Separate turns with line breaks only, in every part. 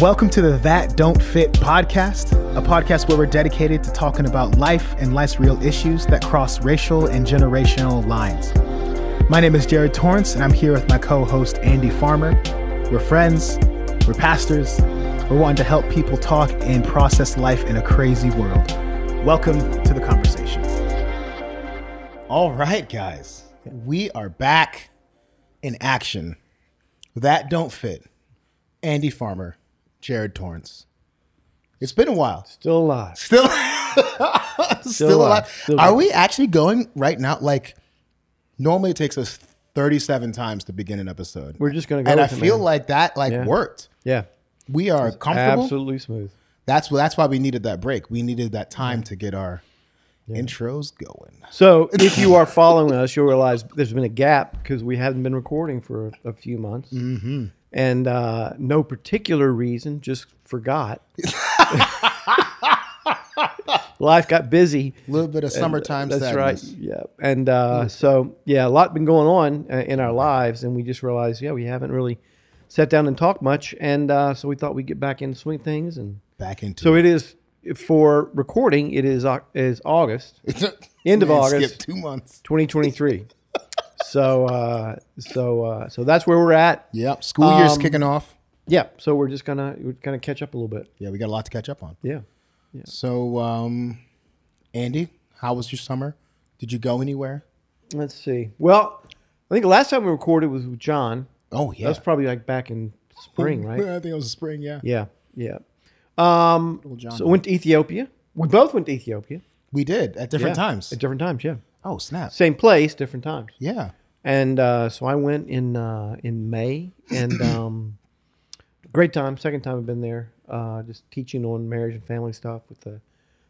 Welcome to the That Don't Fit podcast, a podcast where we're dedicated to talking about life and life's real issues that cross racial and generational lines. My name is Jared Torrance, and I'm here with my co host, Andy Farmer. We're friends, we're pastors, we're wanting to help people talk and process life in a crazy world. Welcome to the conversation. All right, guys, we are back in action. That don't fit. Andy Farmer, Jared Torrance. It's been a while.
Still alive.
Still, still, alive.
alive. Still
Are
alive.
we actually going right now? Like, normally it takes us 37 times to begin an episode.
We're just gonna go
And
with
I
it,
feel
man.
like that like
Yeah.
worked.
Yeah.
We are comfortable.
Absolutely smooth.
That's wh- that's why we needed that break. We needed that time to get our intros going.
So if you are following us, you'll realize there's been a gap because we haven't been recording for a, a few months, mm-hmm. and uh, no particular reason, just forgot. Life got busy.
A little bit of summertime
That's
sadness.
right. Yeah, and uh, so yeah, a lot been going on uh, in our lives, and we just realized yeah we haven't really sat down and talked much, and uh, so we thought we'd get back in the swing of things and.
Back into
So it is for recording. It is Au- is August, end of
Man,
August,
Skip two months.
2023. so uh, so uh, so that's where we're at.
Yep. School year's
Um,
kicking off.
Yeah. So we're just gonna we're gonna catch up a little bit.
Yeah, we got a lot to catch up on.
Yeah.
So, um, Andy, how was your summer? Did you go anywhere?
Let's see. Well, I think the last time we recorded was with John.
Oh yeah,
That was probably like back in spring, right?
I think it was spring. Yeah,
Yeah. Yeah. Um,
John.
so went to Ethiopia. We both went to Ethiopia.
we did at different
Yeah.
times.
At different times. Yeah.
oh snap!
Same place, different times.
Yeah,
and uh, so I went in uh, in May, and um, great time. Second time I've been there, uh, just teaching on marriage and family stuff with the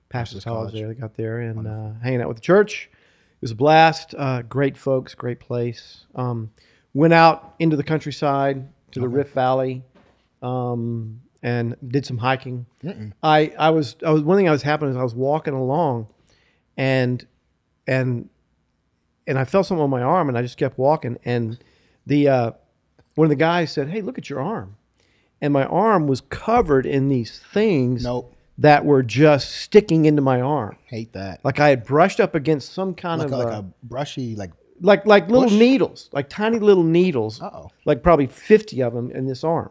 pastors' college,
College.
there. They got there and uh, hanging out with the church. It was a blast. Uh, great folks, great place. Um, went out into the countryside to the Rift Valley, um, and did some hiking. I I was I was one thing I was happening is I was walking along, and and and I felt something on my arm, and I just kept walking. And the uh, one of the guys said, "Hey, look at your arm," and my arm was covered in these things
Nope.
that were just sticking into my arm,
hate that.
like I had brushed up against some kind
Like,
of
a, like
uh,
a brushy, like
like like little
Bush?
needles, like tiny little needles,
Uh-oh.
like probably fifty of them in this arm.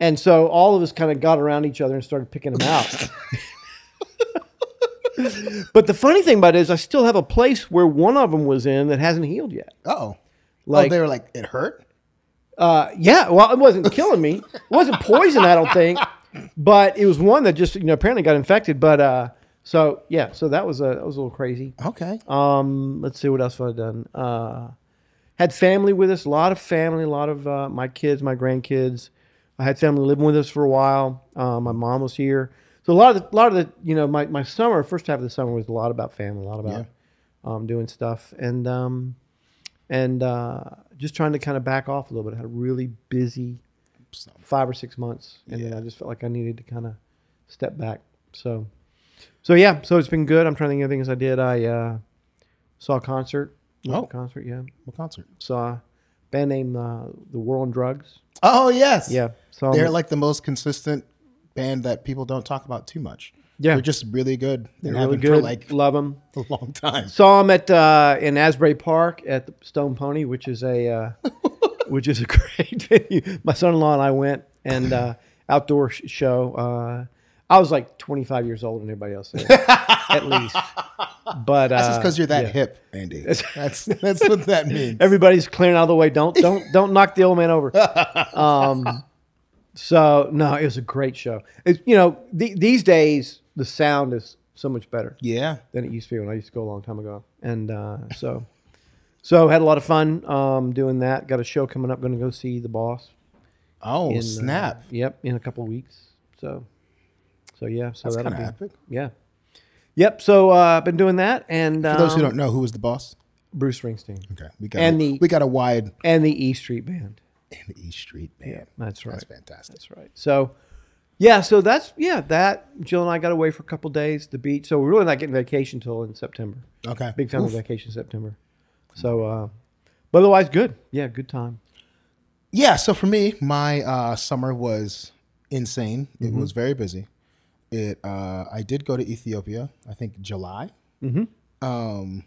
And so all of us kind of got around each other and started picking them out. but the funny thing about it is, I still have a place where one of them was in that hasn't healed yet.
oh, like
Like-
they were like it hurt.
Uh, yeah, well, it wasn't killing me. It wasn't poison, I don't think. But it was one that just you know apparently got infected. But uh, so yeah, so that was a that was a little crazy.
Okay,
Um, let's see what else have I done. Uh, had family with us, a lot of family, a lot of uh, my kids, my grandkids. I had family living with us for a while. Uh, my mom was here, so a lot of the, a lot of the you know my, my summer first half of the summer was a lot about family, a lot about um, doing stuff, and um, and uh, just trying to kind of back off a little bit. I had a really busy five or six months, and then I just felt like I needed to kind of step back. So, so yeah, so it's been good. I'm trying to think of things I did. I uh, saw a concert. Went to
Oh.
a concert, yeah.
what concert?
Saw a band named uh, The War on Drugs.
Oh yes,
Yeah, Um, saw 'em.
They're like the most consistent band that people don't talk about too much.
Yeah.
they're just really good. They're
They're really
for
good.
like
Love them.
a long time.
Saw him at uh, in Asbury Park at the Stone Pony, which is a uh, which is a great venue. My son-in-law and I went and uh, outdoor sh- show. Uh, I was like 25 years older than everybody else, there, at least. But uh,
That's just because you're that
yeah.
hip, Andy. That's that's what that means.
Everybody's clearing out of the way. Don't don't don't knock the old man over. Um, so no, it was a great show. It's you know the, these days the sound is so much better
yeah,
than it used to be when I used to go a long time ago. And uh, so, so had a lot of fun um, doing that. Got a show coming up. Going to go see the boss.
Oh
in, uh,
snap!
yep, in a couple weeks. So, so yeah. So
That's
that'll
kind of
be
epic.
yeah. Yep. So uh, been doing that, and
For those who
um,
don't know, who was the boss?
Bruce Springsteen
Okay, we got
and
a,
the-
we got a wide
and the E Street Band.
and the East Street band.
That's right.
That's fantastic.
That's right. So, yeah, so that's yeah, that Jill and I got away for a couple days, the beach. So we're really not getting vacation till in September.
Okay,
Big family vacation in September. So, uh, but otherwise, good. Yeah, good time.
Yeah, so for me, my uh, summer was insane. It was very busy. It uh, I did go to Ethiopia. I think July. Um,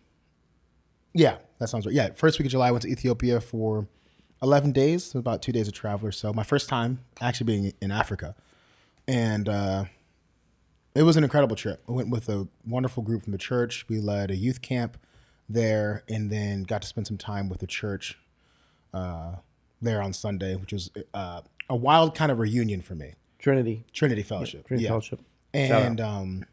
yeah, that sounds right. Yeah, first week of July, I went to Ethiopia for eleven days, about two days of travel or so. My first time actually being in Africa, and uh, it was an incredible trip. I went with a wonderful group from the church. We led a youth camp there, and then got to spend some time with the church uh, there on Sunday, which was uh, a wild kind of reunion for me.
Trinity.
Trinity Fellowship.
Trinity
yeah.
Fellowship. Shout out.
And um,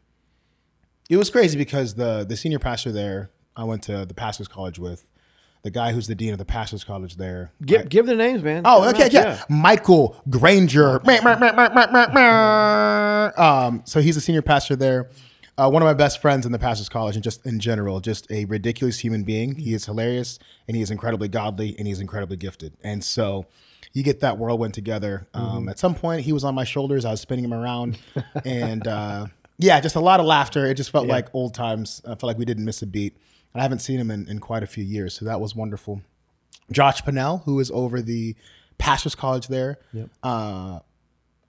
it was crazy because the the senior pastor there, I went to the pastor's college with, the guy who's the dean of the pastor's college there.
Give, give their names, man.
Oh,
Shout
okay,
out,
yeah. Michael Granger. Meh, meh, meh, meh, meh, meh, meh. Um, so he's a senior pastor there. Uh, one of my best friends in the pastor's college, and just in general, just a ridiculous human being. He is hilarious, and he is incredibly godly, and he's incredibly gifted. And so, you get that whirlwind together. Um, At some point, he was on my shoulders. I was spinning him around, and uh, yeah, just a lot of laughter. It just felt like old times. I felt like we didn't miss a beat. And I haven't seen him in, in quite a few years, so that was wonderful. Josh Pinnell, who is over the pastor's college there. Uh,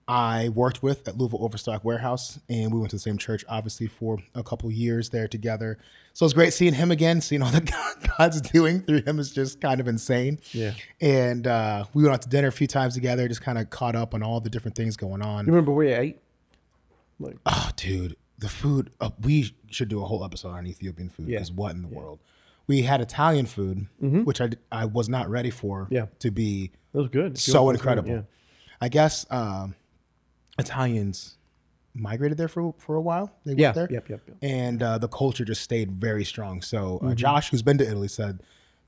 I worked with at Louisville Overstock Warehouse, and we went to the same church, obviously, for a couple years there together. So it's great seeing him again, seeing all that God- God's doing through him is just kind of insane.
Yeah.
And uh, we went out to dinner a few times together, just kind of caught up on all the different things going
You
on.
remember where you ate?
Oh, dude, the food. Uh, we should do a whole episode on Ethiopian food
Yeah. Mm-hmm.
because what in the world? We had Italian food, which I, d- I was not ready for
Yeah.
to be
It was good. If you
so
want to go
incredible.
Yeah.
I guess um, Italians migrated there for for a while. They
Yeah,
went there.
yep, yep, Mm-hmm. yep.
And uh, the culture just stayed very strong. So uh, Josh, who's been to Italy, said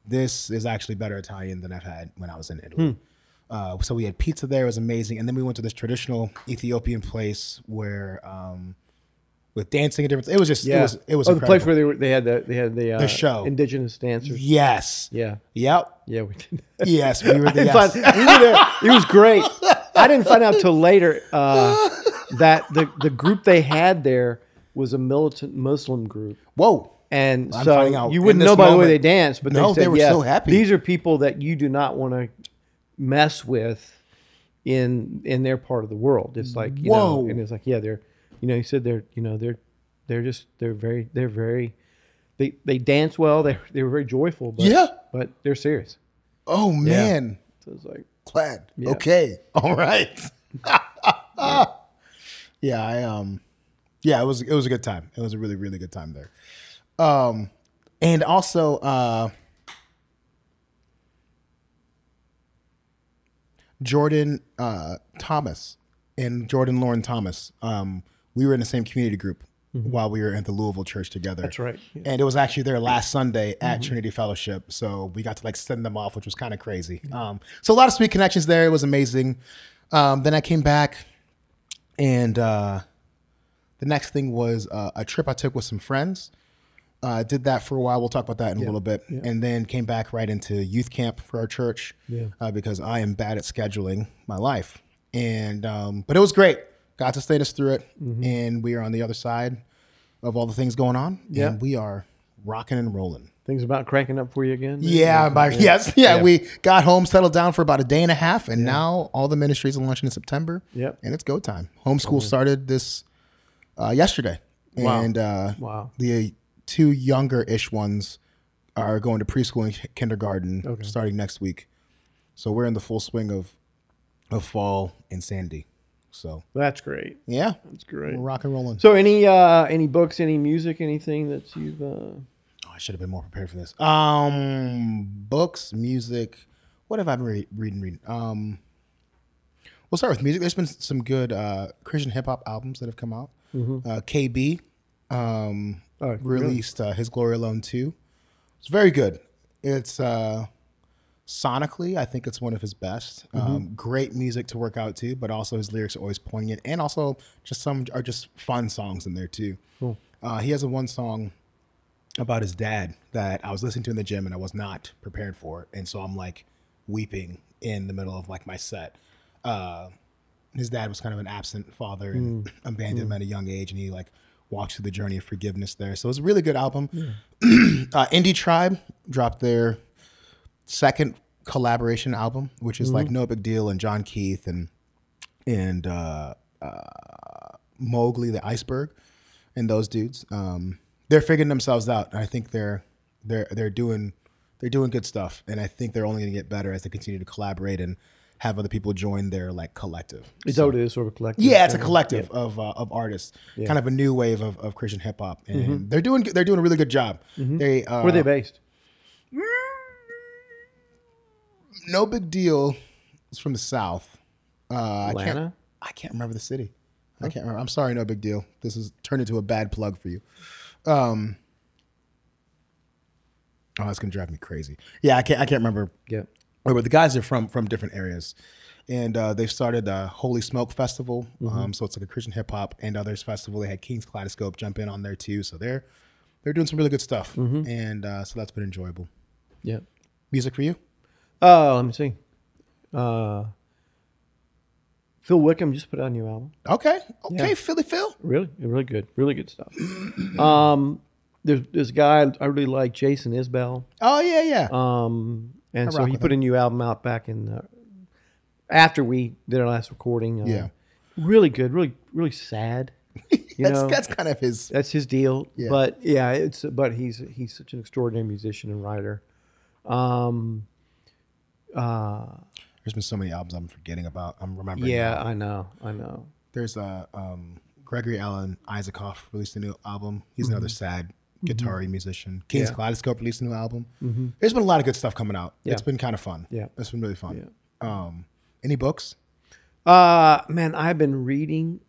this is actually better Italian than I've had when I was in
Hmm.
Italy. Uh, so we had pizza there; it was amazing. And then we went to this traditional Ethiopian place where, um, with dancing and different, it was just
Yeah.
it was it was
oh, the
incredible.
place where they were, they had the they had the, uh,
show.
indigenous dancers.
yes,
Yeah.
yep,
Yeah, we did.
yes, we were the
didn't
yes.
find- we were there. It was great. I didn't find out till later uh, that the, the group they had there was a militant Muslim group,
Whoa,
and
I'm finding
so
out
you
in
wouldn't
this
know by the way
moment.
they danced, but
No,
they, said,
they were
yes,
so happy.
These are people that you do not want to mess with in in their part of the world. It's like you
Whoa.
know, and it's like yeah, they're you know, he said they're you know they're they're just they're very they're very they they dance well. They they were very joyful, but
Yeah.
but they're serious.
oh man.
So it's like
Glad. Okay. All right. yeah, I um yeah, it was it was a good time. It was a really really good time there. Um and also uh Jordan uh Thomas and Jordan Lauren Thomas. Um we were in the same community group while we were at the Louisville church together.
Mm-hmm. that's right. Yeah. Mm-hmm.
And it was actually their last Sunday at Trinity Fellowship. So we got to like send them off, which was kind of crazy. Um, so a lot of sweet connections there. It was amazing. Um, then I came back, and uh, the next thing was uh, a trip I took with some friends. Uh, did that for a while. We'll talk about that in a little bit. And then came back right into youth camp for our church
Yeah.
uh, because I am bad at scheduling my life. And um, but it was great. Got to stay us through it,
Mm-hmm.
and we are on the other side of all the things going on.
Yeah.
and we are rocking and rolling.
Things about cranking up for you again. man?
Yeah, by, yes, yeah, We got home, settled down for about a day and a half, and now all the ministries are launching in September.
Yep.
and it's go time. Homeschool started this uh, yesterday,
Wow.
and uh,
Wow.
the two younger-ish ones are going to preschool and kindergarten starting next week. So we're in the full swing of of fall and Sandy. So
That's great.
yeah,
That's great.
we're rock and rolling.
So any uh any books, any music, anything that you've uh
Oh, I should have been more prepared for this. Um, books, music. What have I been re- reading? Reading. Um, we'll start with music. There's been some good uh, Christian hip hop albums that have come out. Uh, KB um,
Mm-hmm. Oh, really?
released uh, His Glory Alone two. It's very good. It's uh, sonically, I think it's one of his best.
Mm-hmm.
Um, great music to work out to, but also his lyrics are always poignant, and also just some are just fun songs in there too.
Cool.
Uh, he has a one song about his dad that I was listening to in the gym and I was not prepared for it. And so I'm like weeping in the middle of like my set. Uh, his dad was kind of an absent father and abandoned him at a young age. And he like walks through the journey of forgiveness there. So it's a really good album. uh, Indie Tribe dropped their second collaboration album, which is like No Big Deal and John Keith and and uh, uh, Mowgli the iceberg, and those dudes. Um, they're figuring themselves out. And I think they're they're they're doing they're doing good stuff, and I think they're only going to get better as they continue to collaborate and have other people join their like collective.
Is that what it is? Sort of a collective.
Yeah, it's a
thing?
collective of uh, of artists, kind of a new wave of, of Christian hip hop, and they're doing they're doing a really good job. They uh,
Where are they based?
no big deal. It's from the south. Uh, I can't
Atlanta?
I can't remember the city. I can't remember. I'm sorry, no big deal. This has turned into a bad plug for you. Um, oh, that's gonna drive me crazy. Yeah, I can't I can't remember
Yeah.
Wait, but the guys are from from different areas, and uh, they've started a Holy Smoke Festival.
Mm-hmm.
Um, so it's like a Christian hip hop and others festival. They had King's Kaleidoscope jump in on there too. So they're they're doing some really good stuff,
Mm-hmm.
and uh, so that's been enjoyable.
Yeah.
Music for you?
Oh, let me see. Uh, Phil Wickham just put out a new album.
Okay, okay,
Yeah.
Philly Phil.
Really, really good, really good stuff. um, there's this guy I really like, Jason Isbell.
Oh yeah, yeah.
Um, and
I
so
rock
he
with
put a new album out back in the, after we did our last recording. Uh,
Yeah.
really good, really, really sad. You
that's
know,
that's kind of his.
that's his deal.
Yeah.
But yeah, it's but he's he's such an extraordinary musician and writer. Um, uh,
There's been so many albums I'm forgetting about. I'm remembering.
yeah,
now.
I know, I know.
There's a um, Gregory Allen Isaacoff released a new album. He's another sad guitar musician. King's
Mm-hmm. Yeah. Mm-hmm.
Kaleidoscope released a new album. There's been a lot of good stuff coming out.
Yeah.
It's been kind of fun.
Yeah.
it's been really fun. Um, any books?
Uh, man, I've been reading,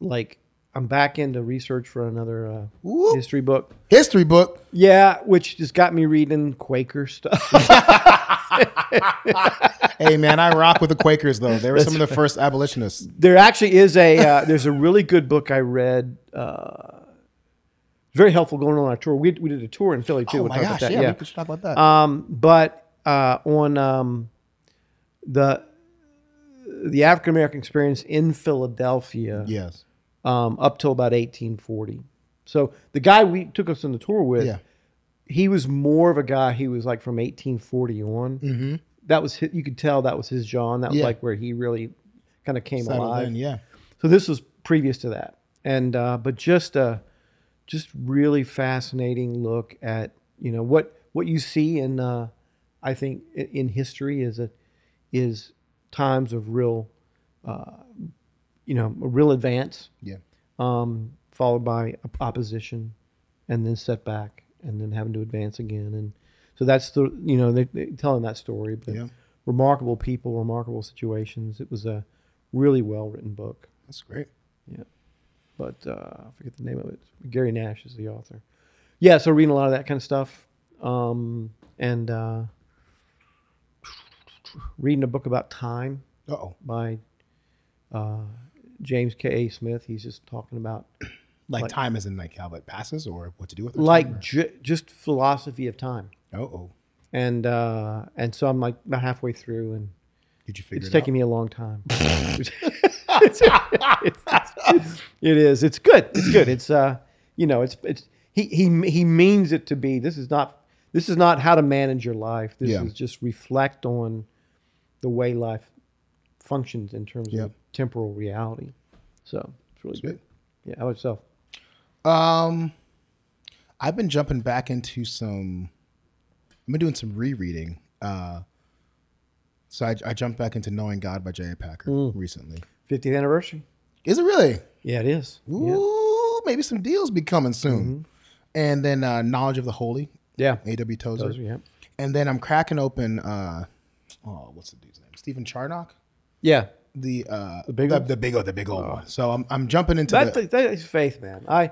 like, I'm back into research for another uh,
Ooh.
history book.
History book.
Yeah, which just got me reading Quaker stuff.
hey man, I rock with the Quakers though. They were some of the first abolitionists.
there actually is a uh, there's a really good book I read. Uh, very helpful going on our tour. We, we did a tour in Philly too.
Oh
We'll
my
talk about
gosh,
that,
yeah, we could talk about that.
Um, but uh, on um, the the African American experience in Philadelphia,
yes.
um, up till about 1840. So the guy we took us on the tour with,
Yeah.
he was more of a guy. He was like from 1840 on. Mm-hmm. That was his, you could tell that was his John. That was
Yeah.
like where he really kind of came
Settled
alive.
in, yeah.
So this was previous to that, and uh, but just a just really fascinating look at you know what what you see in uh, I think i- in history is a is times of real uh, you know a real advance
Yeah.
um, followed by op- opposition, and then setback, and then having to advance again. And so that's the you know they, they telling that story, but
Yeah.
remarkable people, remarkable situations. It was a really well written book,
That's great.
but uh, I forget the name of it. Gary Nash is the author. Yeah, so reading a lot of that kind of stuff, um, and uh, reading a book about time
Uh oh.
by uh, James K. A. Smith. He's just talking about
Like, time isn't like how it passes or what to do with it.
like ju- just philosophy of time
Uh oh.
and uh and so i'm like about halfway through and
Did you figure
it's
it
taking me a long time it's, it's- it is it's good it's good it's uh you know it's it's he he he means it to be this is not this is not how to manage your life this
Yeah.
is just reflect on the way life functions in terms
Yep.
of temporal reality so it's really
good.
good. yeah how about yourself
Um, I've been jumping back into some. I've been doing some rereading. Uh, so I, I jumped back into Knowing God by J.A. Packer
Mm.
recently.
50th anniversary
Is it really?
yeah it is yeah Mm-hmm.
Ooh, maybe some deals be coming soon. And then uh, Knowledge of the Holy,
yeah,
A.W. Tozer.
Those are- yeah.
And then I'm cracking open. Uh, oh, what's the dude's name? Stephen Charnock.
yeah.
The uh, the
big
the,
one? Oh.
big old the big old one. So I'm I'm jumping into
That,
the,
that is faith, man. I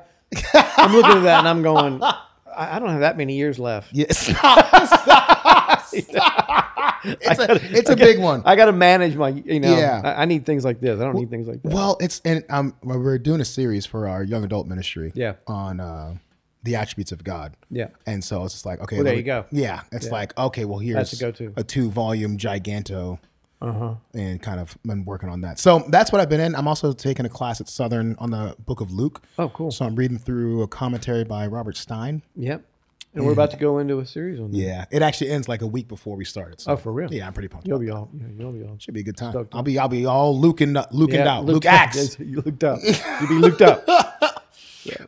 I'm looking at that and I'm going, I, I don't have that many years left.
yeah, stop, stop, stop. It's a, it's a big one.
I got to manage my, you know,
Yeah.
I, I need things like this. I don't need things like that.
Well, it's and um, we're doing a series for our young adult ministry.
Yeah.
On uh, the attributes of God.
Yeah.
And so it's just like okay.
there
let
you go.
Yeah. It's like okay. Well, here's
a go-to. Uh-huh.
A two-volume giganto. And kind of been working on that. So that's what I've been in. I'm also taking a class at Southern on the Book of Luke.
Oh, cool. Hmm.
So I'm reading through a commentary by Robert Stein.
Yep. and we're about to go into a series on that.
Yeah, it actually ends like a week before we started. So
Oh, for real?
yeah, I'm pretty pumped.
You'll be all. yeah, You'll be all.
Should be a good time.
Stoked.
I'll be I'll be all Luke and uh, Luke and out. Luke
looked up.
Axe.
Yes, You looked up. You be looked up.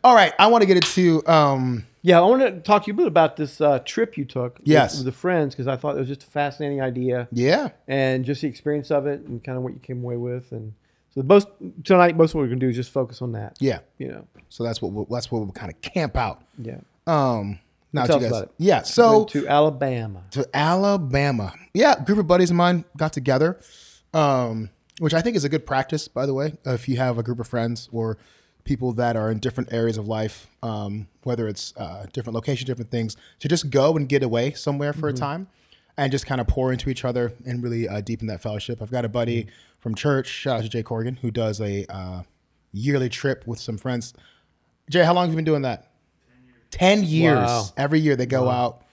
All right, I want to get into um
Yeah, I want to talk to you a bit about this uh, trip you took. with-
Yes.
With, the friends, because I thought it was just a fascinating idea,
yeah.
and just the experience of it, and kind of what you came away with, and so most tonight, most of what we're gonna do is just focus on that.
Yeah.
You know.
So that's what we'll, that's what we'll kind of camp out.
Yeah.
Um now that
Tell
you
us
guys.
about it.
Yeah, so
Went to Alabama.
to Alabama. Yeah, a group of buddies of mine got together, um, which I think is a good practice, by the way. If you have a group of friends or people that are in different areas of life, um, whether it's uh, different location, different things, to just go and get away somewhere for a time and just kind of pour into each other and really uh, deepen that fellowship. I've got a buddy from church, shout out to Jay Corrigan, who does a uh, yearly trip with some friends. Jay, how long have you been doing that? 10 years.
Wow.
Every year they go out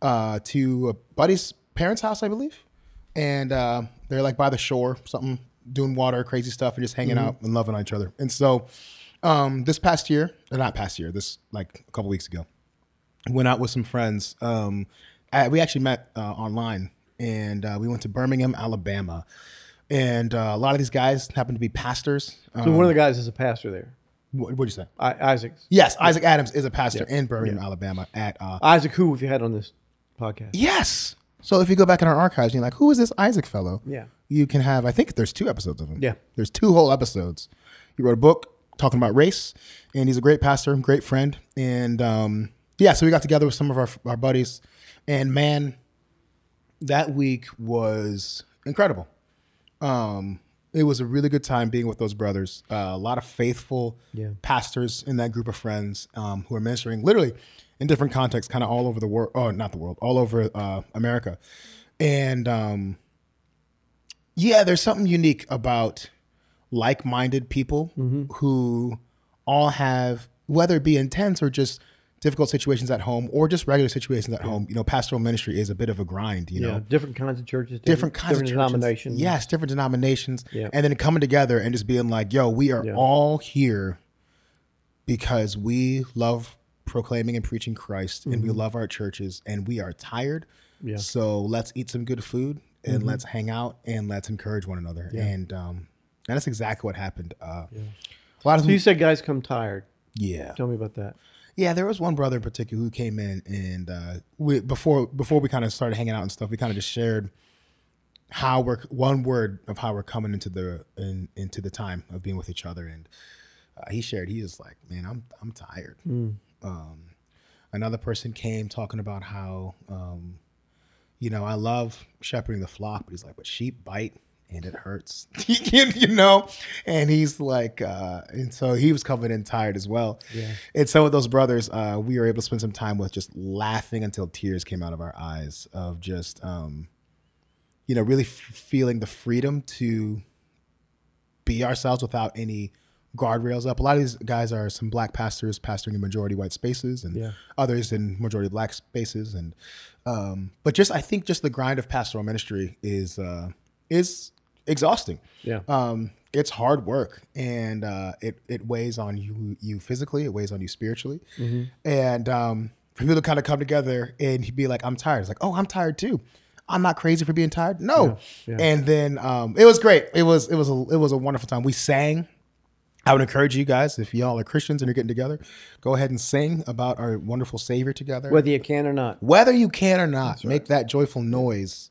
uh, to a buddy's parents' house, I believe. And uh, they're like by the shore, something, doing water, crazy stuff, and just hanging
Mm-hmm.
out and loving on each other. And so um, this past year, or not past year, this like a couple weeks ago, went out with some friends. Um, I, we actually met uh, online, and uh, we went to Birmingham, Alabama. And uh, a lot of these guys happen to be pastors. Um,
So one of the guys is a pastor there,
what would you say?
I, Isaac's.
Yes, Isaac Adams is a pastor in Birmingham, Alabama. At uh,
Isaac, who have you had on this podcast?
yes, so if you go back in our archives, and you're like, who is this Isaac fellow?
Yeah.
you can have. I think there's two episodes of him.
Yeah.
there's two whole episodes. He wrote a book talking about race, and he's a great pastor, great friend, and um, yeah. So we got together with some of our our buddies, and man, that week was incredible. Um, it was a really good time being with those brothers. Uh, a lot of faithful
Yeah.
pastors in that group of friends um, who are ministering literally in different contexts, kind of all over the world. Oh, not the world, all over uh, America. And um, yeah, there's something unique about like minded people who all have, whether it be intense or just difficult situations at home or just regular situations at home, you know, pastoral ministry is a bit of a grind, you
You
know
know, different kinds of churches,
different kinds
different
of churches.
denominations.
Yes, different denominations.
Yeah.
And then coming together and just being like, yo, we are
Yeah.
all here because we love proclaiming and preaching Christ and we love our churches and we are tired.
Mm-hmm. Yeah. Mm-hmm.
So let's eat some good food and let's hang out and let's encourage one another. And um and that's exactly what happened. Uh a lot of
So you
them,
said guys come tired.
yeah.
Tell me about that.
Yeah, there was one brother in particular who came in, and uh, we, before before we kind of started hanging out and stuff, we kind of just shared how we're one word of how we're coming into the in, into the time of being with each other, and uh, he shared he was like, "Man, I'm I'm tired." Um, another person came talking about how um, you know I love shepherding the flock, but he's like, "But sheep bite." And it hurts, you you know, and he's like, uh, and so he was coming in tired as well.
Yeah.
And some of those brothers, uh, we were able to spend some time with just laughing until tears came out of our eyes of just, um, you know, really f- feeling the freedom to be ourselves without any guardrails up. A lot of these guys are some black pastors pastoring in majority white spaces and
Yeah.
others in majority black spaces. And, um, but just, I think just the grind of pastoral ministry is, uh, is exhausting
Yeah.
um, it's hard work and uh, it it weighs on you you physically, it weighs on you spiritually,
Mm-hmm.
and um, for people to kind of come together and he'd be like, "I'm tired." It's like, "Oh, I'm tired too." I'm not crazy for being tired. No,
Yeah, yeah.
and then um, it was great. It was it was a, it was a wonderful time. We sang. I would encourage you guys if y'all are Christians and you're getting together, go ahead and sing about our wonderful Savior together
Whether you can or not.
whether you can or not make that joyful noise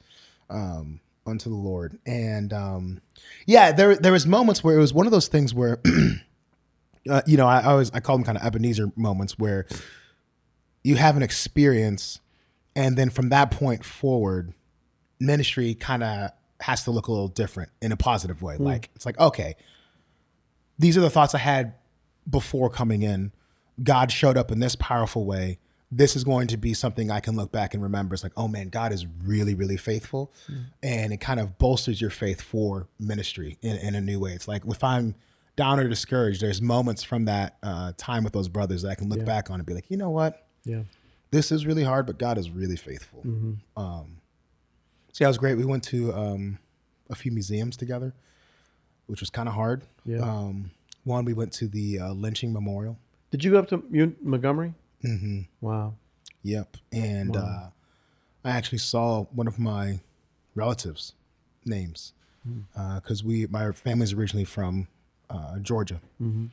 um, unto the lord and um, yeah there there was moments where it was one of those things where uh, you know I, I always i call them kind of ebenezer moments where you have an experience and then from that point forward ministry kind of has to look a little different in a positive way like it's like okay these are the thoughts I had before coming in. God showed up in this powerful way. This is going to be something I can look back and remember. It's like, oh man, God is really, really faithful. And it kind of bolsters your faith for ministry in, in a new way. It's like if I'm down or discouraged, there's moments from that uh, time with those brothers that I can look back on and be like, you know what?
Yeah.
This is really hard, but God is really faithful. Um,
Mm-hmm.
so yeah, it was great. We went to um, a few museums together, which was kind of hard.
Yeah.
Um, one, we went to the uh, lynching memorial.
Did you go up to Mu- Montgomery? Mm-hmm. Wow.
Yep. And uh, I actually saw one of my relatives' names
Mm.
because we my family's originally from uh, Georgia,
Mm-hmm.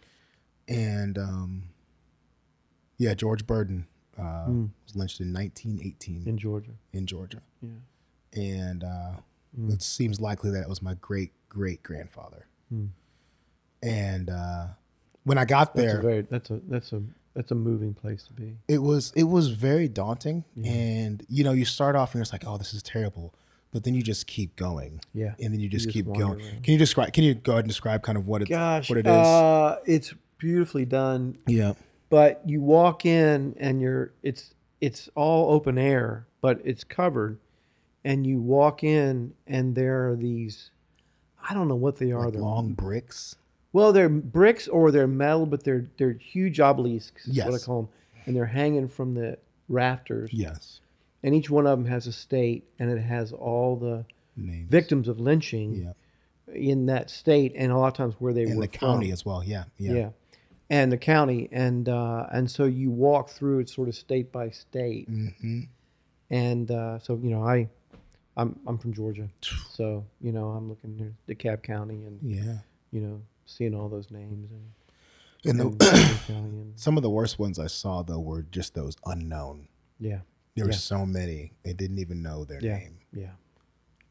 and um, yeah, George Burden uh,
Mm.
was lynched in 1918
in Georgia.
in Georgia,
Yeah. Mm.
and uh, it seems likely that it was my great great grandfather. And uh, when I got
Hmm. That's a
there,
very that's a that's a that's a moving place to be.
it was it was very daunting and you know you start off and you're just like oh this is terrible but then you just keep going
Yeah.
and then you just
just
keep
wander
going can you describe can you go ahead and describe kind of what it's
Gosh,
what it is
Uh, it's beautifully done.
yeah
but you walk in and you're it's it's all open air but it's covered and you walk in and there are these i don't know what they are they're
long bricks
well they're bricks or they're metal but they're they're huge obelisks is what i
Yes.
call them and they're hanging from the rafters
yes
and each one of them has a state and it has all the
Names.
victims of lynching
Yeah.
in that state and a lot of times where they
in
were
the
from.
county as well yeah yeah
Yeah. And the county, and uh, and so you walk through it sort of state by state,
Mhm.
and uh, so you know I, I'm I'm from Georgia, so you know I'm looking near DeKalb County, and
yeah
you know seeing all those names and,
and
and
the,
Shelby County, and
some of the worst ones i saw though were just those unknown
yeah,
there were
Yeah.
so many they didn't even know their
Yeah.
name
yeah,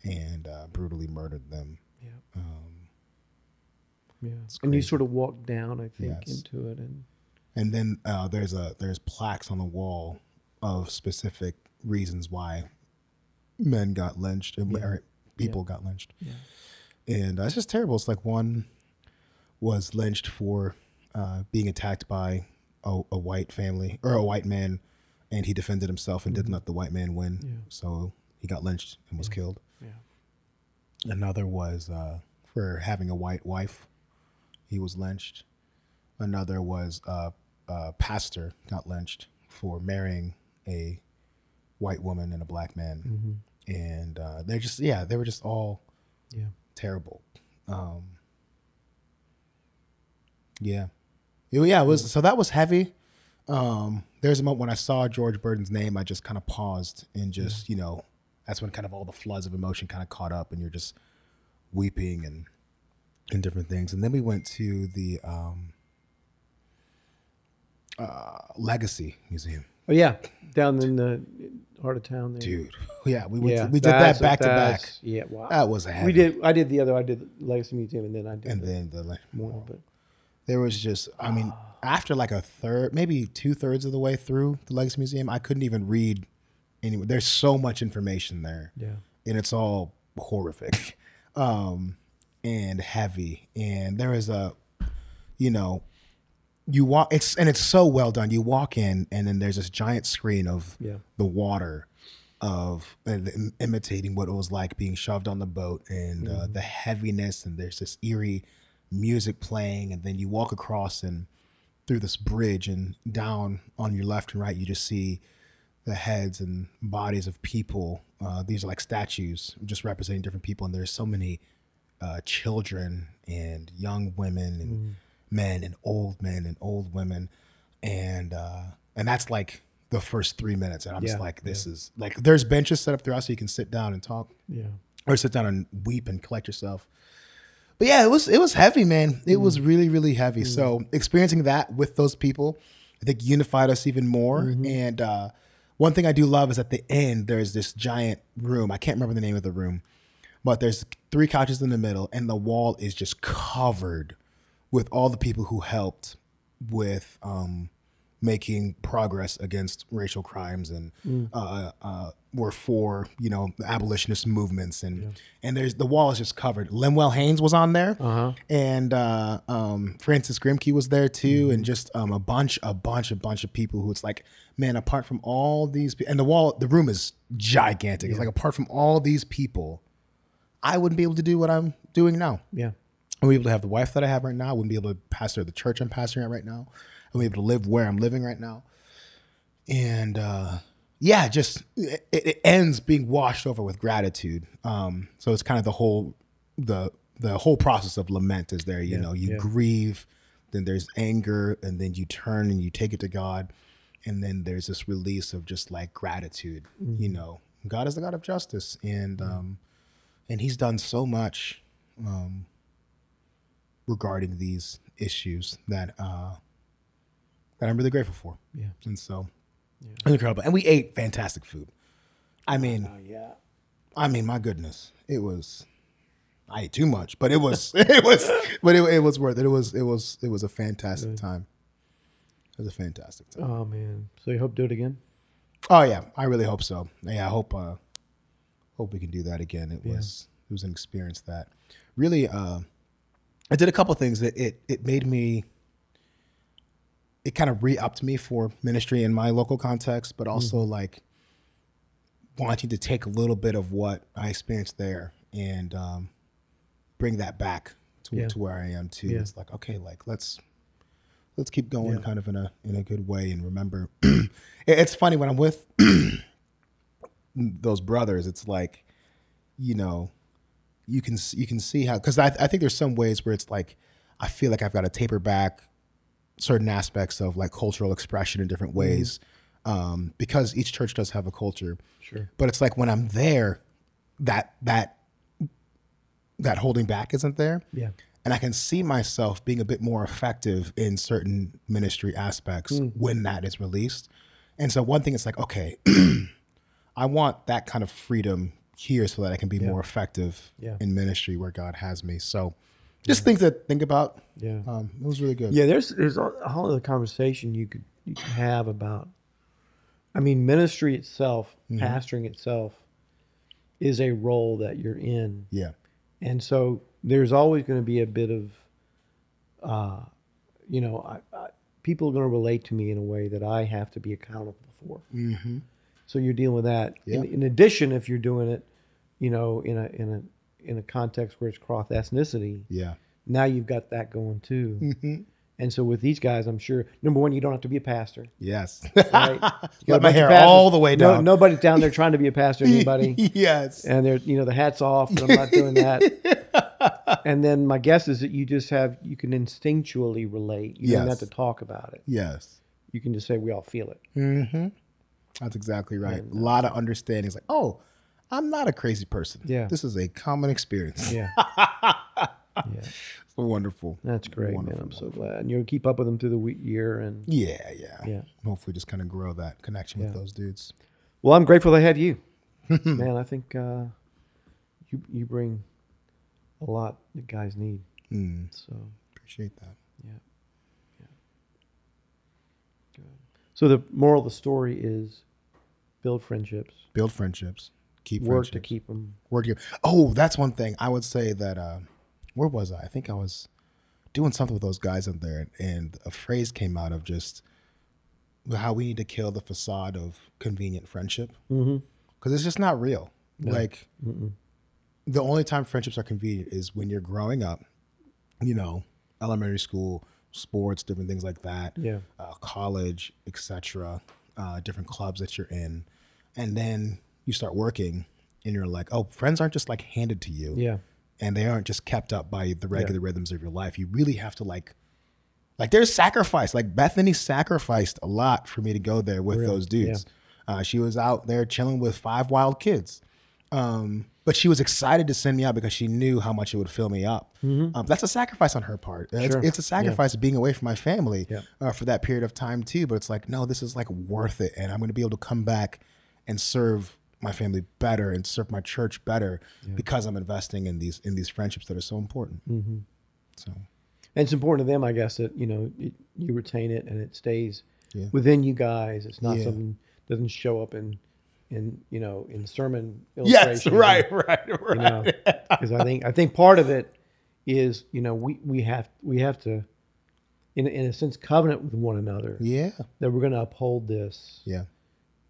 and uh, brutally murdered them
yeah,
um,
yeah. And you
crazy.
sort of walk down, I think,
Yes.
into it, and
And then uh, there's a there's plaques on the wall of specific reasons why men got lynched and or people got lynched. And uh, it's just terrible. It's like one was lynched for uh, being attacked by a, a white family or a white man, and he defended himself and
Mm-hmm.
didn't let the white man win.
Yeah.
So he got lynched and was killed.
yeah,
Another was uh, for having a white wife. He was lynched. Another was uh, a pastor got lynched for marrying a white woman and a black man. And uh, they're just, yeah, they were just all
yeah,
terrible. Um, yeah. It- yeah, it was, so that was heavy. Um, there's a moment when I saw George Burden's name, I just kind of paused and just, you know, that's when kind of all the floods of emotion kind of caught up and you're just weeping and, and different things. And then we went to the, um, uh, Legacy Museum,
oh yeah, down in the heart of town there,
dude. Yeah, we went
Yeah,
we did that
that's-
back to back.
that's- Yeah, wow.
That was heavy.
we did. I did the other. I did the Legacy Museum, and then I did
and
the
then the like,
morning. But
there was just i mean after like a third maybe two-thirds of the way through the legacy museum i couldn't even read anywhere there's so much information there
yeah,
and it's all horrific um and heavy and there is a you know you walk it's and it's so well done you walk in and then there's this giant screen of
Yeah.
the water of and im- imitating what it was like being shoved on the boat and uh, the heaviness and there's this eerie music playing and then you walk across and through this bridge and down on your left and right you just see the heads and bodies of people uh, these are like statues just representing different people and there's so many uh, children and young women and
Mm.
men and old men and old women and uh, and that's like the first three minutes and i'm just
Yeah,
like this is like there's benches set up throughout so you can sit down and talk
yeah.
or sit down and weep and collect yourself. But yeah, it was it was heavy, man. It was really really heavy. So experiencing that with those people, I think unified us even more. And uh, one thing I do love is at the end there's this giant room. I can't remember the name of the room, but there's three couches in the middle, and the wall is just covered with all the people who helped with um, making progress against racial crimes and uh, uh, were for you know the abolitionist movements and and there's the wall is just covered. Lemuel Haynes was on there, and uh, um, Francis Grimke was there too, and just um, a bunch, a bunch, a bunch of people who it's like, man, apart from all these, pe- and the wall, the room is gigantic. It's like apart from all these people, I wouldn't be able to do what I'm doing now.
Yeah.
I wouldn't be able to have the wife that I have right now. I wouldn't be able to pastor the church I'm pastoring at right now. I wouldn't be able to live where I'm living right now. And uh, yeah, just it, it ends being washed over with gratitude. Um, so it's kind of the whole the the whole process of lament is there. You know, you grieve, then there's anger, and then you turn and you take it to God, and then there's this release of just like gratitude you know god is the god of justice and um and he's done so much um regarding these issues that uh that i'm really grateful for
Yeah.
and so it was incredible and we ate fantastic food i mean
Uh, yeah.
I mean, my goodness, it was. I ate too much, but it was it was, but it, it was worth it. It was it was it was a fantastic time. It was a fantastic time.
Oh man. So you hope to do it again?
Oh yeah, I really hope so. Yeah, I hope uh, hope we can do that again. It was it was an experience that really uh, I did a couple things that it it made me it kind of re-upped me for ministry in my local context, but also
Mm-hmm.
like wanting to take a little bit of what I experienced there and um, bring that back to,
Yeah.
to where I am too.
Yeah.
It's like okay, like let's let's keep going kind of in a in a good way and remember It- it's funny when i'm with those brothers it's like you know you can s- you can see how because I, I think there's some ways where it's like i feel like i've got to taper back certain aspects of like cultural expression in different ways um, because each church does have a culture
Sure.
but it's like when i'm there that that that holding back isn't there
Yeah.
and I can see myself being a bit more effective in certain ministry aspects
Hmm.
when that is released. And so one thing it's like, okay, I want that kind of freedom here so that I can be more effective
Yeah.
in ministry where God has me. So just things to think about.
Yeah.
Um, it was really good.
Yeah, there's there's a whole other conversation you could you could have about. I mean, ministry itself, pastoring itself, is a role that you're in,
Yeah.
and so there's always going to be a bit of, uh, you know, I, I, people are going to relate to me in a way that I have to be accountable for.
Mm-hmm.
So you're dealing with that. In,
Yeah.
in addition, if you're doing it, you know, in a in a in a context where it's cross ethnicity,
Yeah.
now you've got that going too.
Mhm.
And so with these guys, I'm sure number one, you don't have to be a pastor.
Yes.
Right? You got a
Let my
bunch of
hair
pastors.
all the way
No-
down.
nobody's down there trying to be a pastor, anybody.
yes.
and they're you know the hats off, but I'm not doing that. and then my guess is that you just have you can instinctually relate. You don't
Yes.
have to talk about it.
Yes.
You can just say we all feel it.
Mm-hmm. That's exactly right. A lot of understanding. It's like, oh, I'm not a crazy person.
Yeah.
This is a common experience.
Yeah. yeah.
Wonderful.
That's great,
Wonderful,
man. I'm so glad. And you'll keep up with them through the we- year and
Yeah, yeah.
Yeah.
Hopefully just kind of grow that connection with
Yeah.
those dudes.
Well, I'm grateful they had you, man. I think uh, you you bring a lot that guys need.
Mm,
So
appreciate that.
yeah, yeah. Good. So the moral of the story is build friendships,
Build friendships. Keep
work to
friendships.
keep them.
Work to- Oh, that's one thing. I would say that uh, where was I? I think I was doing something with those guys up there and a phrase came out of just how we need to kill the facade of convenient friendship.
Mm-hmm.
because it's just not real. Like
Mm-mm.
the only time friendships are convenient is when you're growing up, you know, elementary school, sports, different things like that,
Yeah.
uh, college, etc., uh, different clubs that you're in, and then you start working, and you're like, oh, friends aren't just like handed to you,
Yeah.
and they aren't just kept up by the regular rhythms of your life. You really have to like. Like there's sacrifice. Like Bethany sacrificed a lot for me to go there with those dudes. Uh, she was out there chilling with five wild kids, um, but she was excited to send me out because she knew how much it would fill me up. Um, that's a sacrifice on her part. It's,
Sure.
it's a sacrifice of being away from my family
Yeah.
uh, for that period of time too. But it's like no, this is like worth it, and I'm going to be able to come back and serve my family better and serve my church better because I'm investing in these in these friendships that are so important.
Mm-hmm.
So
And it's important to them, I guess, that you know it, you retain it and it stays
Yeah.
within you guys. It's not
Yeah.
something doesn't show up in in you know in sermon
yes,
illustrations. and-
right, right,
you
right.
know, because I think I think part of it is you know we we have we have to, in in a sense, covenant with one another
Yeah,
that we're going to uphold this
yeah,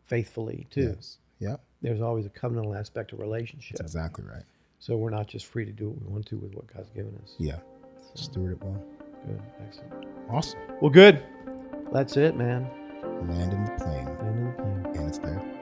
faithfully too.
yes, yeah.
There's always a covenantal aspect of relationship,
That's exactly right.
so we're not just free to do what we want to with what God's given us.
Yeah, steward it well.
Good, excellent.
Awesome.
Well, good. That's it, man.
Land in the plane,
End of the plan.
and it's there.